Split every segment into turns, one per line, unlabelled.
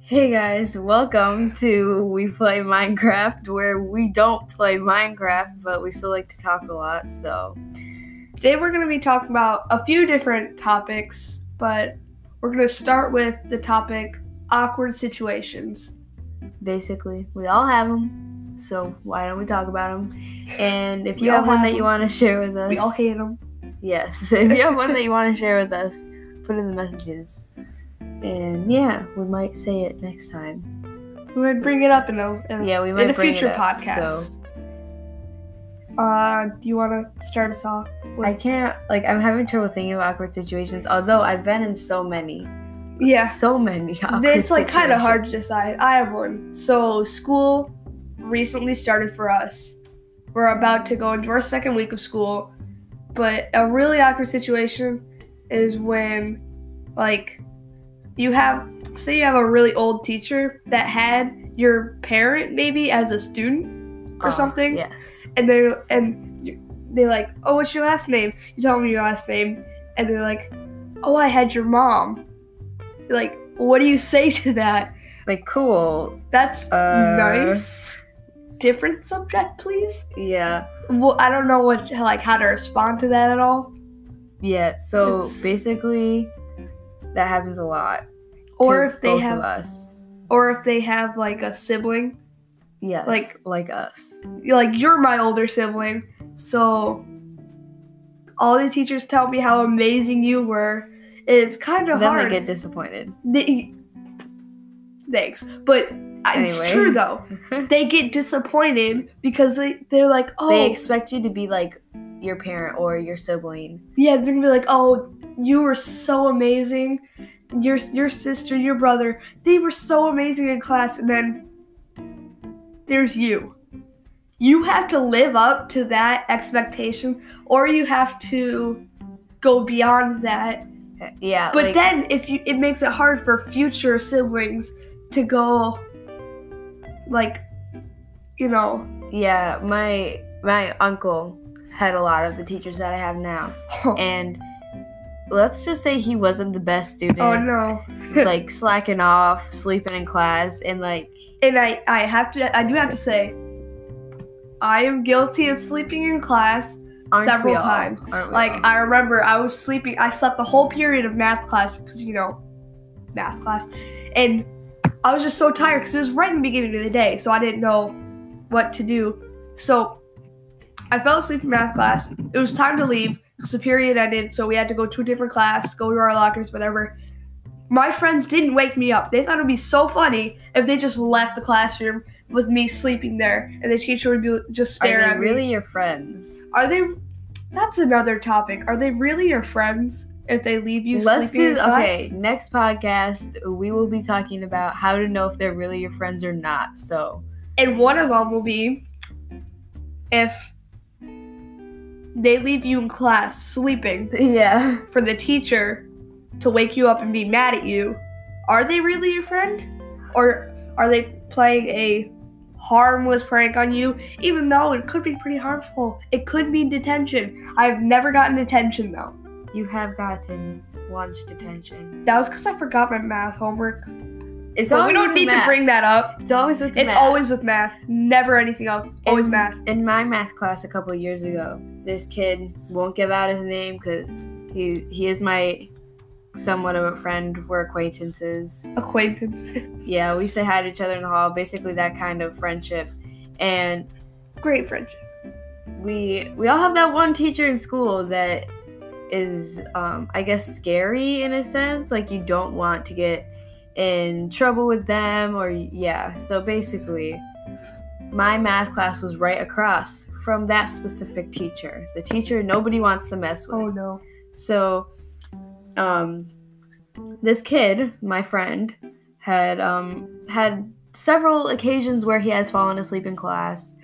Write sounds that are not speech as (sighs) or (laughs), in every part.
Hey guys, welcome to We Play Minecraft, where we don't play Minecraft, but we still like to talk a lot. So,
Today we're going to be talking about a few different topics, but we're going to start with the topic awkward situations.
basically, we all have them. So, why don't we talk about them? And if
(laughs) We
you
all
have one
have
that you
'em.
want to share with us,
We all hate them.
yes, (laughs) if you have one
(laughs)
that you want to share with us, put in the messages. And yeah, we might say it next time.
We might bring it up in a, in a,
Yeah, we might
in a
bring
future
it up, So.
podcast. Uh, do you want to start us off?
I can't like I'm having trouble thinking of awkward situations, although I've been in so many,
Yeah.
so many. Awkward
it's like kind of hard to
situations.
decide. I have one. So school recently started for us. We're about to go into our second week of school, but a really awkward situation is when, like, you have say you have a really old teacher that had your parent maybe as a student, or
Uh,
something.
Yes.
and they're and you- they're like, oh, what's your last name? You tell me your last name, and they're like, oh, I had your mom. Like, what do you say to that?
Like cool.
That's
Uh,
nice. Different subject, please.
Yeah.
Well, I don't know what like how to respond to that at all.
Yeah. So
It's-
basically, that happens a lot.
Or
to
if they
both of
have,
us.
or if they have like a sibling,
Yes. Like
like-
like us.
like you're my older sibling, so all the teachers tell me how amazing you were. It's kind of
then
hard.
they get disappointed.
They- thanks, but I
Anyway.
it's true though. They get disappointed because they they're like, oh,
They expect you to be like your parent or your sibling.
Yeah, they're gonna be like, "Oh, you were so amazing. Your your sister, your brother, they were so amazing in class." And then there's you. You have to live up to that expectation, or you have to go beyond that.
Yeah.
But
Uh, like,
then, if you, it makes it hard for future siblings to go, like, you know, (laughs)
yeah, my my uncle had a lot of the teachers that I have now. and let's just say he wasn't the best student
oh no.
like slacking off sleeping in class and like
And I, I have to, I do have to say, I am guilty of sleeping in class.
aren't
Several
we all?
times.
Aren't we
Like
all?
I remember, I was sleeping. I slept the whole period of math class because you know, math class, and I was just so tired because it was right in the beginning of the day, so I didn't know what to do. So I fell asleep in math class. It was time to leave because the period ended, so we had to go to a different class, go to our lockers, whatever. My friends didn't wake me up. They thought it would be so funny if they just left the classroom with me sleeping there, and the teacher would be just stare
are
at
they
me.
really your friends
Are they? That's another topic. Are they really your friends if they leave you
let's
sleeping
do
in class?
okay next podcast we will be talking about how to know if they're really your friends or not
(laughs)
so
And one of them will be if they leave you in class sleeping
yeah
for the teacher to wake you up and be mad at you. Are they really your friend, or are they playing a harmless prank on you? Even though it could be pretty harmful, it could mean detention. I've never gotten detention though.
you have gotten lunch detention
That was because I forgot my math homework.
it's
So we
always
don't
with
need
math.
to bring that up.
it's always with the
It's
math.
always with math, never anything else. Always
In-
math.
In my math class a couple years ago, this kid won't give out his name because he he is my somewhat of a friend. We're acquaintances.
Acquaintances.
Yeah, we say hi to each other in the hall. Basically, that kind of friendship. And
(laughs) Great friendship.
we we all have that one teacher in school that is, um, I guess, scary in a sense. Like you don't want to get in trouble with them, or yeah. So basically, my math class was right across from that specific teacher. The teacher nobody wants to mess with.
Oh (laughs) no.
So, um, this kid, my friend, had um, had several occasions where he has fallen asleep in class,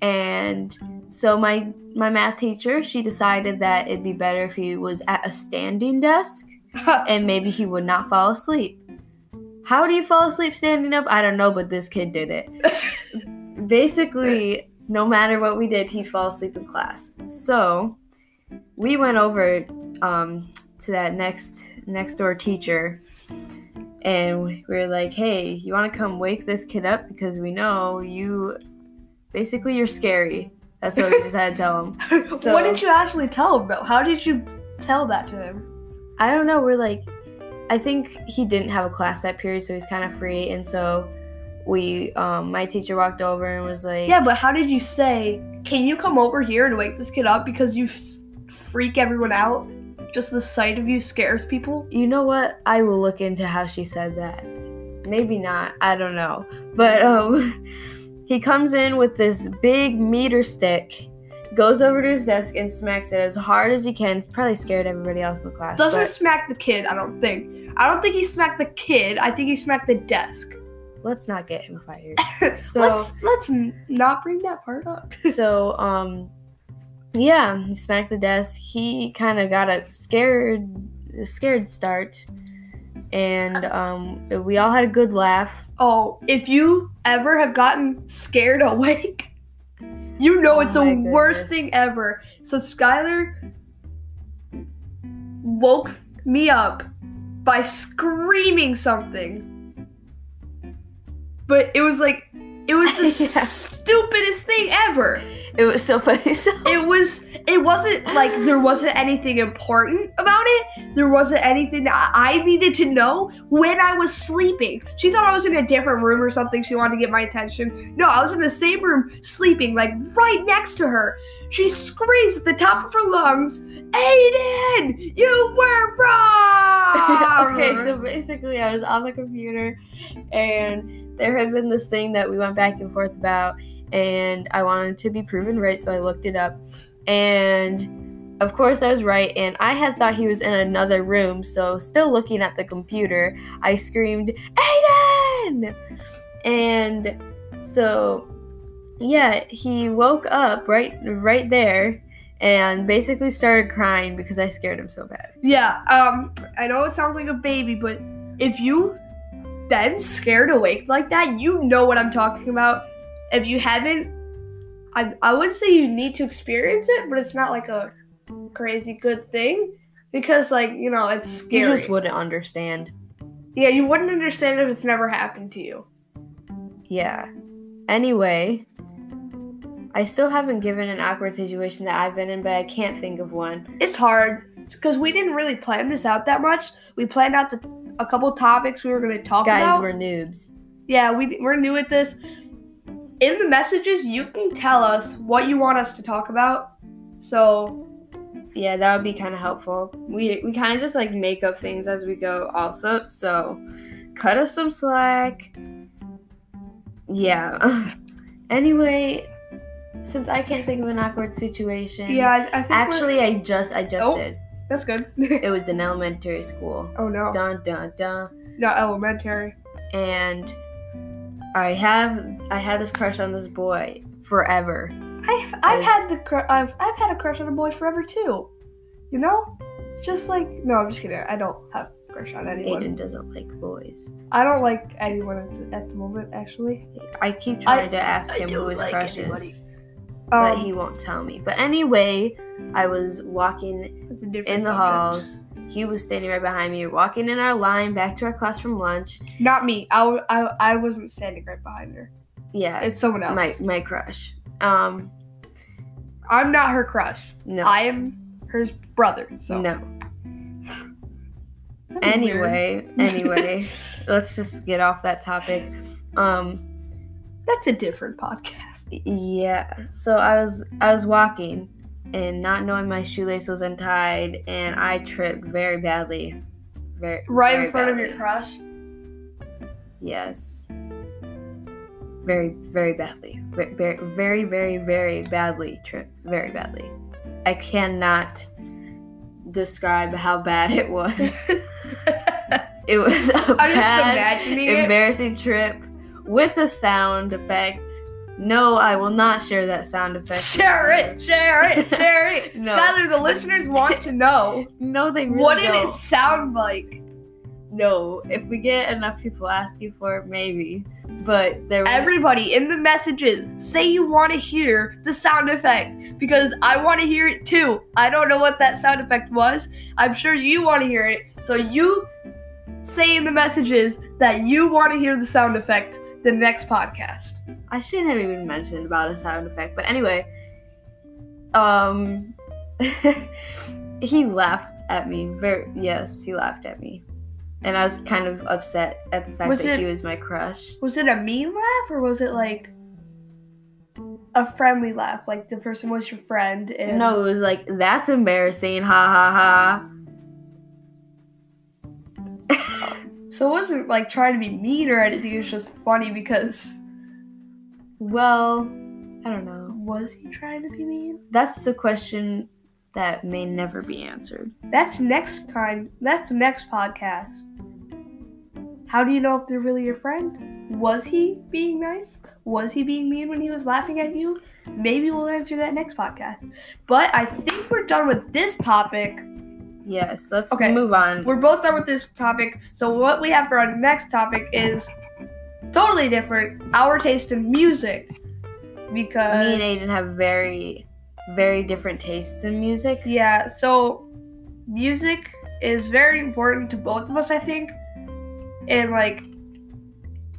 and so my my math teacher she decided that it'd be better if he was at a standing desk, and maybe he would not fall asleep. How do you fall asleep standing up? I don't know, but this kid did it. Basically, no matter what we did, he'd fall asleep in class. So we went over um, to that next next door teacher and we were like, "Hey, you want to come wake this kid up because we know you, basically, you're scary." That's what we just had to tell him. So-
what did you actually tell him though? How did you tell that to him?
I don't know. We're like, I think he didn't have a class that period, so he's kind of free, and so we, um, my teacher walked over and was like,
Yeah, but how did you say? Can you come over here and wake this kid up because you s- freak everyone out? Just the sight of you scares people.
You know what? I will look into how she said that. Maybe not. I don't know. But um, (laughs) he comes in with this big meter stick, goes over to his desk and smacks it as hard as he can. It's probably scared everybody else in the class.
Doesn't
but
smack the kid. I don't think. I don't think he smacked the kid. I think he smacked the desk.
let's not get him
(laughs)
fired. So
let's let's n- not bring that part up.
so um yeah he smacked the desk he kind of got a scared a scared start and um we all had a good laugh
Oh, if you ever have gotten scared (laughs) awake, you know
Oh
it's the
my
worst
goodness.
thing ever. So Skylar woke me up by screaming something. But it was like it was the
(laughs) Yeah.
stupidest thing ever.
it was so (laughs) funny so
It was it wasn't like there wasn't anything important about it. There wasn't anything that I I needed to know when I was sleeping. She thought I was in a different room or something. She wanted to get my attention. No, I was in the same room sleeping, like right next to her. She screams at the top of her lungs, Aiden, you
(laughs)
were wrong.
okay, so basically, I was on the computer, and there had been this thing that we went back and forth about, and I wanted to be proven right, so I looked it up, and of course, I was right, and I had thought he was in another room, so still looking at the computer, I screamed, Aiden! And so, yeah, he woke up right right there. And basically started crying because I scared him so bad.
Yeah, um, I know it sounds like a baby, but if you been scared awake like that, you know what I'm talking about. If you haven't, I, I would say you need to experience it, but it's not like a crazy good thing because, like, you know, it's
You
scary.
just wouldn't understand.
yeah, you wouldn't understand if it's never happened to you.
Yeah. Anyway, I still haven't given an awkward situation that I've been in, but I can't think of one.
It's hard because we didn't really plan this out that much. We planned out the, a couple topics we were going to talk
Guys,
about.
we're noobs.
Yeah, we, we're new at this. In the messages, you can tell us what you want us to talk about. So,
Yeah, that would be kind of helpful. We we kind of just like make up things as we go, also. So, cut us some slack. Yeah. (laughs) anyway, since I can't think of an awkward situation,
yeah, I, I think. we're-
Actually, I just I just
Oh.
did.
that's good. (laughs)
It was in elementary school.
oh, no.
Dun dun dun.
Not elementary.
and I have I had this crush on this boy forever.
I've, I've
Yes.
had the cr- I've, I've had a crush on a boy forever, too. You know? Just like. No, I'm just kidding. I don't have a crush on anyone.
Aiden doesn't like boys.
I don't like anyone at the, at the moment, actually.
I keep trying to ask
I
him who
don't
his
like
crush
anybody.
is,
Um,
but he won't tell me. But anyway, I was walking
that's a different
in the
subject.
halls. He was standing right behind me, walking in our line back to our class from lunch.
Not me. I, w- I, I wasn't standing right behind her.
Yeah,
It's someone else.
my my crush. Um,
I'm not her crush.
no,
I am her brother. So
no.
That'd be weird.
Anyway,
(laughs)
anyway, let's just get off that topic. Um,
that's a different podcast.
Yeah. So I was I was walking and not knowing my shoelace was untied and I tripped very badly. Very
Right
very
in front of
badly. (laughs)
your crush. (laughs)
Yes. Very very badly. Ve- Very very very very badly tripped. Very badly. I cannot describe how bad it
(laughs)
was. it was a
I'm just
bad
imagining it.
embarrassing trip with a sound effect. No, I will not share that sound effect.
Share it, share it, share
(laughs)
it.
No.
Skylar, the listeners want
(laughs)
to know
No, they really
what did
don't.
it sound like?
No, if we get enough people asking for it, maybe. But there was
Everybody in the messages, say you want to hear the sound effect because I want to hear it too. I don't know what that sound effect was. I'm sure you want to hear it. So you say in the messages that you want to hear the sound effect the next podcast.
I shouldn't have even mentioned about a sound effect, but anyway, um, (laughs) he laughed at me. Very yes, he laughed at me, and I was kind of upset at the fact
Was
that
it-
he was my crush.
Was it a mean laugh or was it like a friendly laugh? Like the person was your friend and
No, it was like that's embarrassing. Ha ha ha.
So it wasn't like trying to be mean or anything. It was just funny because
well, I don't know.
was he trying to be mean?
That's the question that may never be answered.
That's next time. That's the next podcast. How do you know if they're really your friend? Was he being nice? Was he being mean when he was laughing at you? Maybe we'll answer that next podcast. But I think we're done with this topic.
Yes, let's
Okay.
move on.
We're both done with this topic. So what we have for our next topic is totally different. Our taste in music. Because
Me and Aiden have very, very different tastes in music.
Yeah, so music is very important to both of us, I think. And like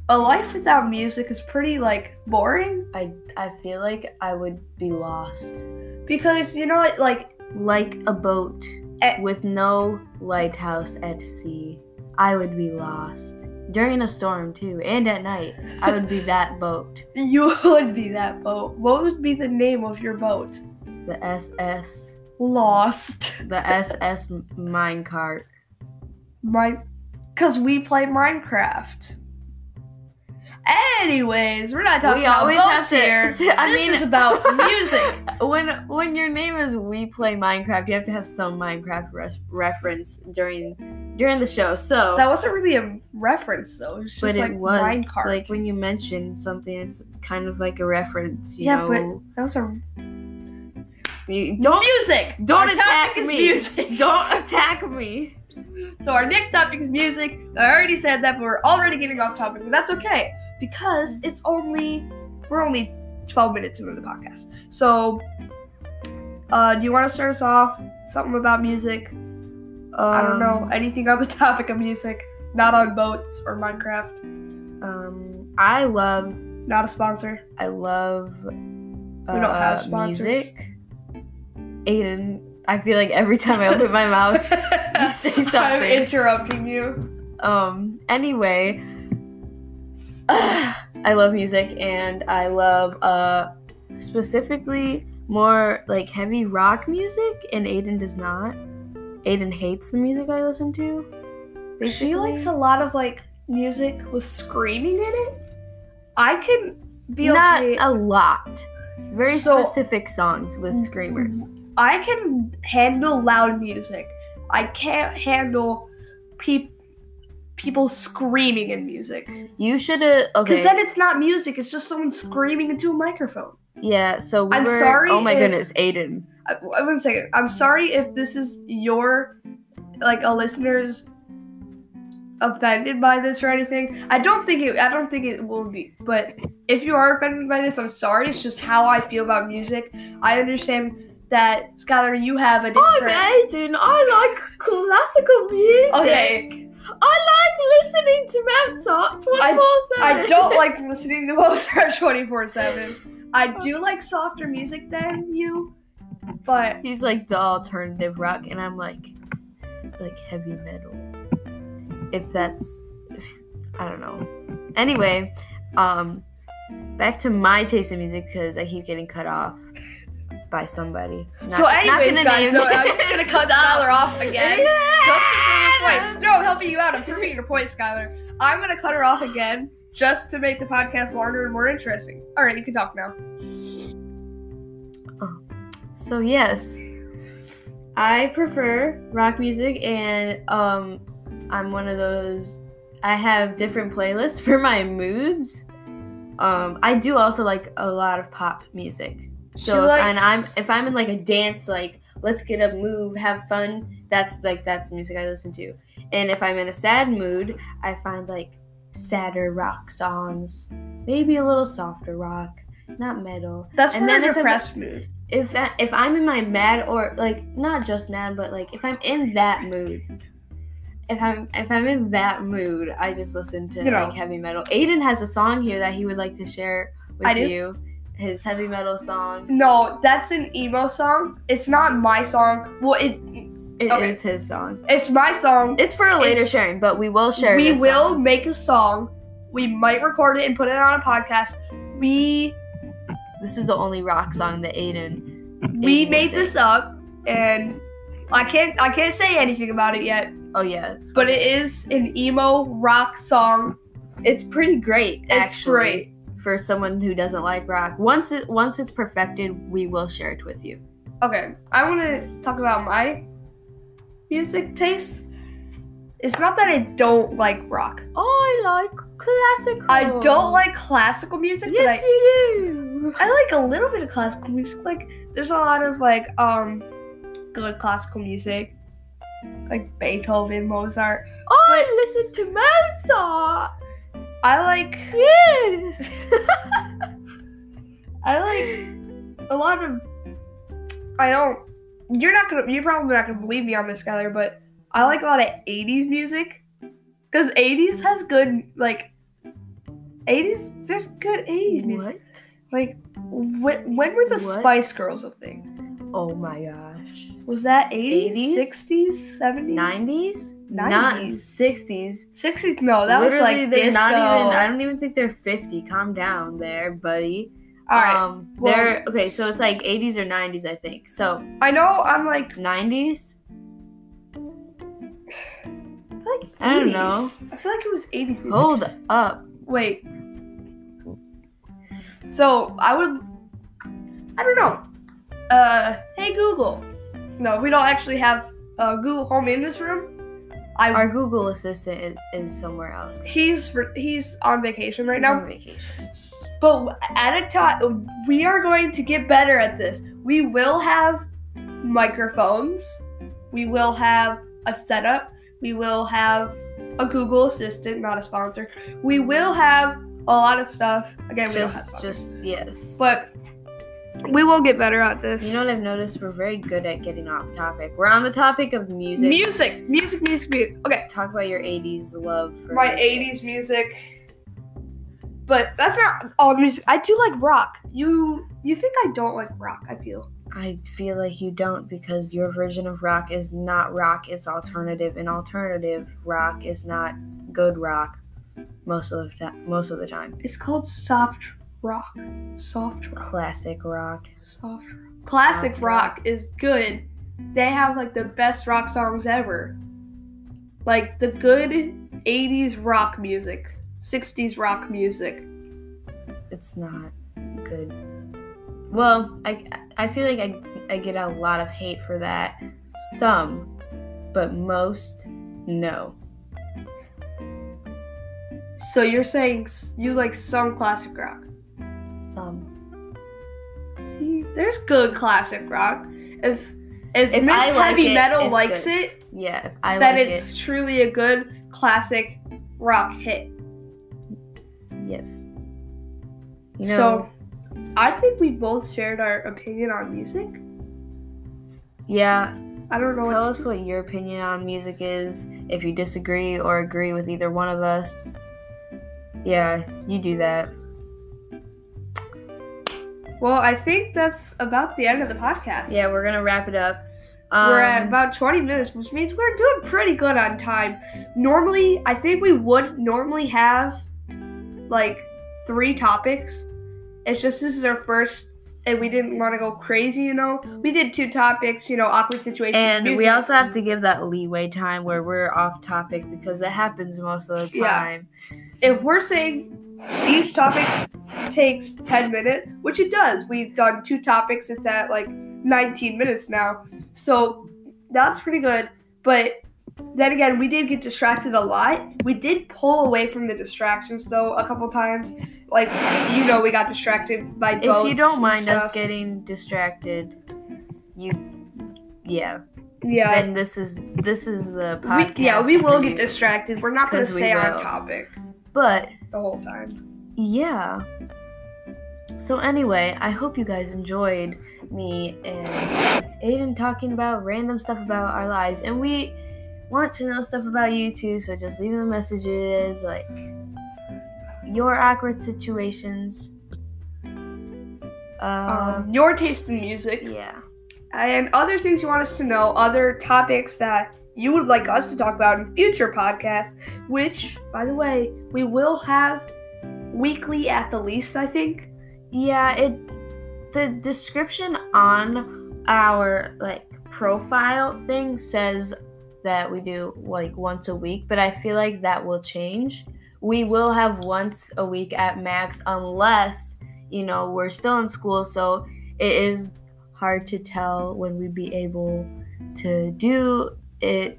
a life without music is pretty like boring
I I feel like I would be lost,
because you know like (laughs)
like a boat
Eh.
with no lighthouse at sea. I would be lost during a storm too, and at night. I would be that (laughs) boat,
you would be that boat. What would be the name of your boat?
the SS,
Lost.
the SS minecart.
My cuz we play Minecraft. Anyways, we're not talking
We
about
always have
boats
to.
here.
(laughs) I
this
mean, (laughs)
is about music.
when when your name is we play Minecraft, you have to have some Minecraft res- reference during during the show. So
That wasn't really a reference though. It was just
but
like
it was
minecart.
like when you mention something, it's kind of like a reference. You
Yeah,
know,
that was a
You- don't
music.
don't
Our topic
attack
is
me. (laughs)
Music. (laughs)
don't attack me.
So our next topic is music. I already said that, but we're already getting off topic, but that's okay because it's only we're only 12 minutes into the podcast. So, uh, do you want to start us off? Something about music? I don't know
Um,
anything on the (laughs) topic of music. Not on boats or Minecraft.
Um, I love
Not a sponsor.
I love. uh,
We don't have sponsors.
music. Aiden, I feel like every time I open my mouth, (laughs) you say
(laughs) I'm
something.
interrupting you.
Um, anyway, (sighs) I love music and I love uh specifically more like heavy rock music and Aiden does not. Aiden hates the music I listen to.
She
basically.
likes a lot of like music with screaming in it. I can be
not
okay.
a lot. Very
So-
specific songs with screamers.
I can handle loud music. I can't handle peop people screaming in music.
You should have
Because
okay.
then it's not music, it's just someone screaming into a microphone.
yeah, so we
I'm
were-
sorry
Oh my
if-
goodness, Aiden.
I, I wouldn't say it. uh, I'm sorry if this is your, like, a listener's offended by this or anything. I don't think it, I don't think it will be. But if you are offended by this, I'm sorry. It's just how I feel about music. I understand that, Skylar, you have a
Oh,
different.
Aiden. I like classical music.
Okay,
I like listening to Mozart 24
I don't like listening to (laughs) Mozart 24 7. I do like softer music than you, but
(laughs) He's like the alternative rock, and I'm like, like heavy metal. If that's, if, I don't know. Anyway, um, back to my taste in music because I keep getting cut off by somebody. Not-
so,
not
anyways,
gonna
guys,
name (laughs)
no, I'm
names.
just gonna cut Skylar off again. just to prove your
Yeah.
point. No, I'm helping you out. I'm proving your point, Skylar. I'm gonna cut her off again just to make the podcast longer and more interesting. All right, you can talk now.
So yes, I prefer rock music, and um, I'm one of those. I have different playlists for my moods. Um, I do also like a lot of pop music. So if, and I'm if I'm in like a dance, like let's get up, move, have fun. That's like that's the music I listen to. And if I'm in a sad mood, I find like sadder rock songs, maybe a little softer rock, not metal
That's
and
for
then
a
if it-
depressed mood.
if I- if I'm in my mad or like not just mad, but like if I'm in that mood, if I'm if I'm in that mood, I just listen to
You know.
like heavy metal. Aiden has a song here that he would like to share with
I do?
you. His heavy metal song.
No, that's an emo song. It's not my song. Well, it
It is
Okay.
his song.
it's my song.
It's for a later
It's-
sharing, but we will share.
we
this
will
song.
make a song. We might record it and put it on a podcast. We
This is the only rock song that Aiden.
we
Aiden will
made
sing.
this up, and I can't I can't say anything about it yet.
Oh yeah,
But it is an emo rock song.
it's pretty great.
It's
actually,
great.
for someone who doesn't like rock. Once it once it's perfected, we will share it with you.
Okay, I want to talk about my music taste. It's not that I don't like rock.
I like classical.
I don't like classical music, but
Oh.
I,
Yes, you do.
I like a little bit of classical music. Like there's a lot of like um good classical music. Like Beethoven, Mozart.
I listen to Mozart.
I like
Yes.
I like a lot of I don't you're not gonna you're probably not gonna believe me on this Skylar, but I like a lot of eighties music. Cause eighties has good like eighties there's good
(laughs)
eighties music.
what?
Like when, when were the
What?
Spice Girls a thing?
Oh my gosh.
Was that 80s,
80s?
60s, 70s?
90s? Not
90s.
60s.
60s? No, that was like
they're
disco.
not even I don't even think they're 50. Calm down there, buddy.
All right.
Um
well-
they're okay, so it's like 80s or 90s, I think. So,
I know I'm like
90s?
I feel like
I don't
80s.
know.
I feel like it was 80s music.
Hold up.
Wait. So I would. I don't know. Uh, hey Google. No, we don't actually have uh, Google Home in this room. I
Our Google assistant is, is somewhere else.
he's re- he's on vacation right
He's
now.
on vacation.
But at a time, we are going to get better at this. We will have microphones. We will have a setup. We will have a Google Assistant, not a sponsor. We will have a lot of stuff. Again, we don't have
Just
sponsors.
just yes.
But we will get better at this.
You know what I've noticed? We're very good at getting off topic. We're on the topic of music.
music, music, music, music. Okay,
Talk about your 80s love for
my '80s music. But that's not all the music. I do like rock. You you think I don't like rock? I feel.
I feel like you don't because your version of rock is not rock, it's alternative, and alternative rock is not good rock most of the time, most of the time.
It's called soft rock. Soft rock.
Classic rock.
Soft rock. Classic
Soft rock.
rock is good. They have like the best rock songs ever. Like the good 80s rock music, 60s rock music.
It's not good. Well, I I feel like I I get a lot of hate for that. Some, but most no.
So you're saying s- you like some classic rock.
Some.
See, there's good classic rock. If if,
If
Miss
I like
Heavy
it,
Metal
it's
likes
good.
it,
Yeah, if I
then
like it.
it's truly a good classic rock hit.
Yes. You know,
so I think we both shared our opinion on music.
yeah,
I don't know
tell
what
us what your opinion on music is. If you disagree or agree with either one of us, yeah, you do that.
Well, I think that's about the end of the podcast.
Yeah, we're gonna wrap it up. Um,
we're at about 20 minutes, which means we're doing pretty good on time. Normally, I think we would normally have like three topics. It's just this is our first, and we didn't want to go crazy, you know. We did two topics, you know, awkward situations.
and we
music.
also have to give that leeway time where we're off topic because that happens most of the
Yeah.
time.
if we're saying each topic takes 10 minutes, which it does, we've done two topics, it's at like 19 minutes now. So that's pretty good. But then again, we did get distracted a lot. We did pull away from the distractions though a couple times. Like, you know, we got distracted by
If
boats
you don't
and
mind us
stuff.
getting distracted, you, yeah,
yeah.
then this is this is the podcast.
We, yeah, we will
for
get
you.
distracted. We're not going to
'Cause we
stay
will.
on topic
But
the whole time.
yeah. So anyway, I hope you guys enjoyed me and Aiden talking about random stuff about our lives. And we want to know stuff about you too, so just leave the messages, like your awkward situations. Um,
um, your taste in music,
yeah.
and other things you want us to know, other topics that you would like us to talk about in future podcasts, which, by the way, we will have weekly at the least, I think.
Yeah, it the description on our like profile thing says that we do like once a week, but I feel like that will change. We will have once a week at max unless, you know, we're still in school, so it is hard to tell when we'd be able to do it.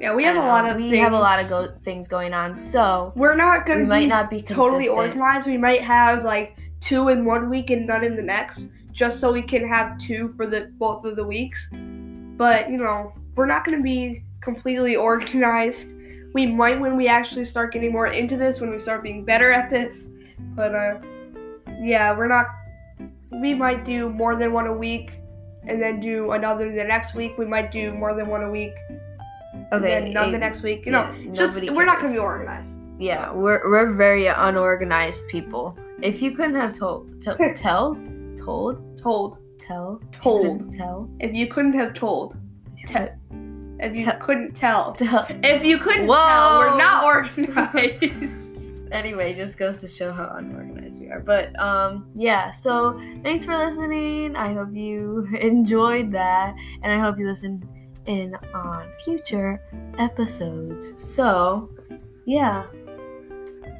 Yeah, we have a lot of
we
things.
have a lot of go- things going on, so
We're not
we
gonna
might
be
not be
totally
consistent.
organized. We might have like two in one week and none in the next, just so we can have two for the both of the weeks. But you know, we're not going to be completely (laughs) organized. We might when we actually start getting more into this, when we start being better at this. But uh, yeah, we're not. We might do more than one a week, and then do another the next week. We might do more than one a week, and
Okay,
then none the
it-
next week. You know,
yeah,
it's just
nobody
we're not going
cares.
to be organized.
Yeah, we're, we're very unorganized people. If you couldn't have told,
(laughs)
to, tell, told,
Told,
tell, you
told.
couldn't tell,
If you couldn't have told, Te- if you
Te-
couldn't tell,
tell.
if you couldn't
Whoa.
tell, we're not organized.
Anyway, just goes to show how unorganized we are. But um, yeah, so thanks for listening. I hope you (laughs) enjoyed that, and I hope you listen in on future episodes. So, yeah,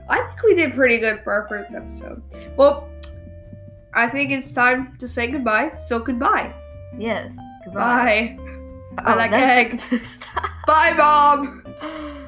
I think we did pretty good for our first episode. Well, I think it's time to say goodbye. So goodbye.
yes, goodbye. Oh,
Bye. I
(laughs)
like
that's- Stop.
Bye, mom.